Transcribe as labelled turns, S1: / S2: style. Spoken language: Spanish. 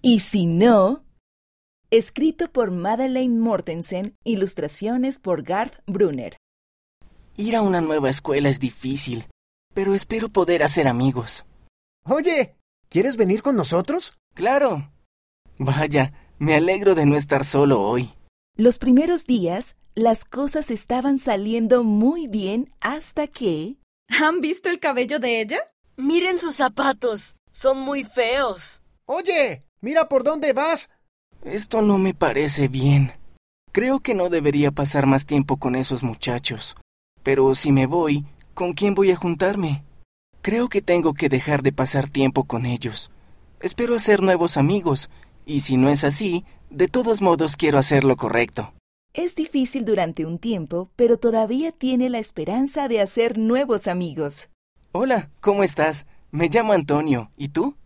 S1: Y si no, escrito por Madeleine Mortensen, ilustraciones por Garth Brunner.
S2: Ir a una nueva escuela es difícil, pero espero poder hacer amigos.
S3: Oye, ¿quieres venir con nosotros?
S2: Claro. Vaya, me alegro de no estar solo hoy.
S1: Los primeros días, las cosas estaban saliendo muy bien hasta que...
S4: ¿Han visto el cabello de ella?
S5: Miren sus zapatos. Son muy feos.
S3: Oye, mira por dónde vas.
S2: Esto no me parece bien. Creo que no debería pasar más tiempo con esos muchachos. Pero si me voy, ¿con quién voy a juntarme? Creo que tengo que dejar de pasar tiempo con ellos. Espero hacer nuevos amigos, y si no es así, de todos modos quiero hacer lo correcto.
S1: Es difícil durante un tiempo, pero todavía tiene la esperanza de hacer nuevos amigos.
S2: Hola, ¿cómo estás? Me llamo Antonio, ¿y tú?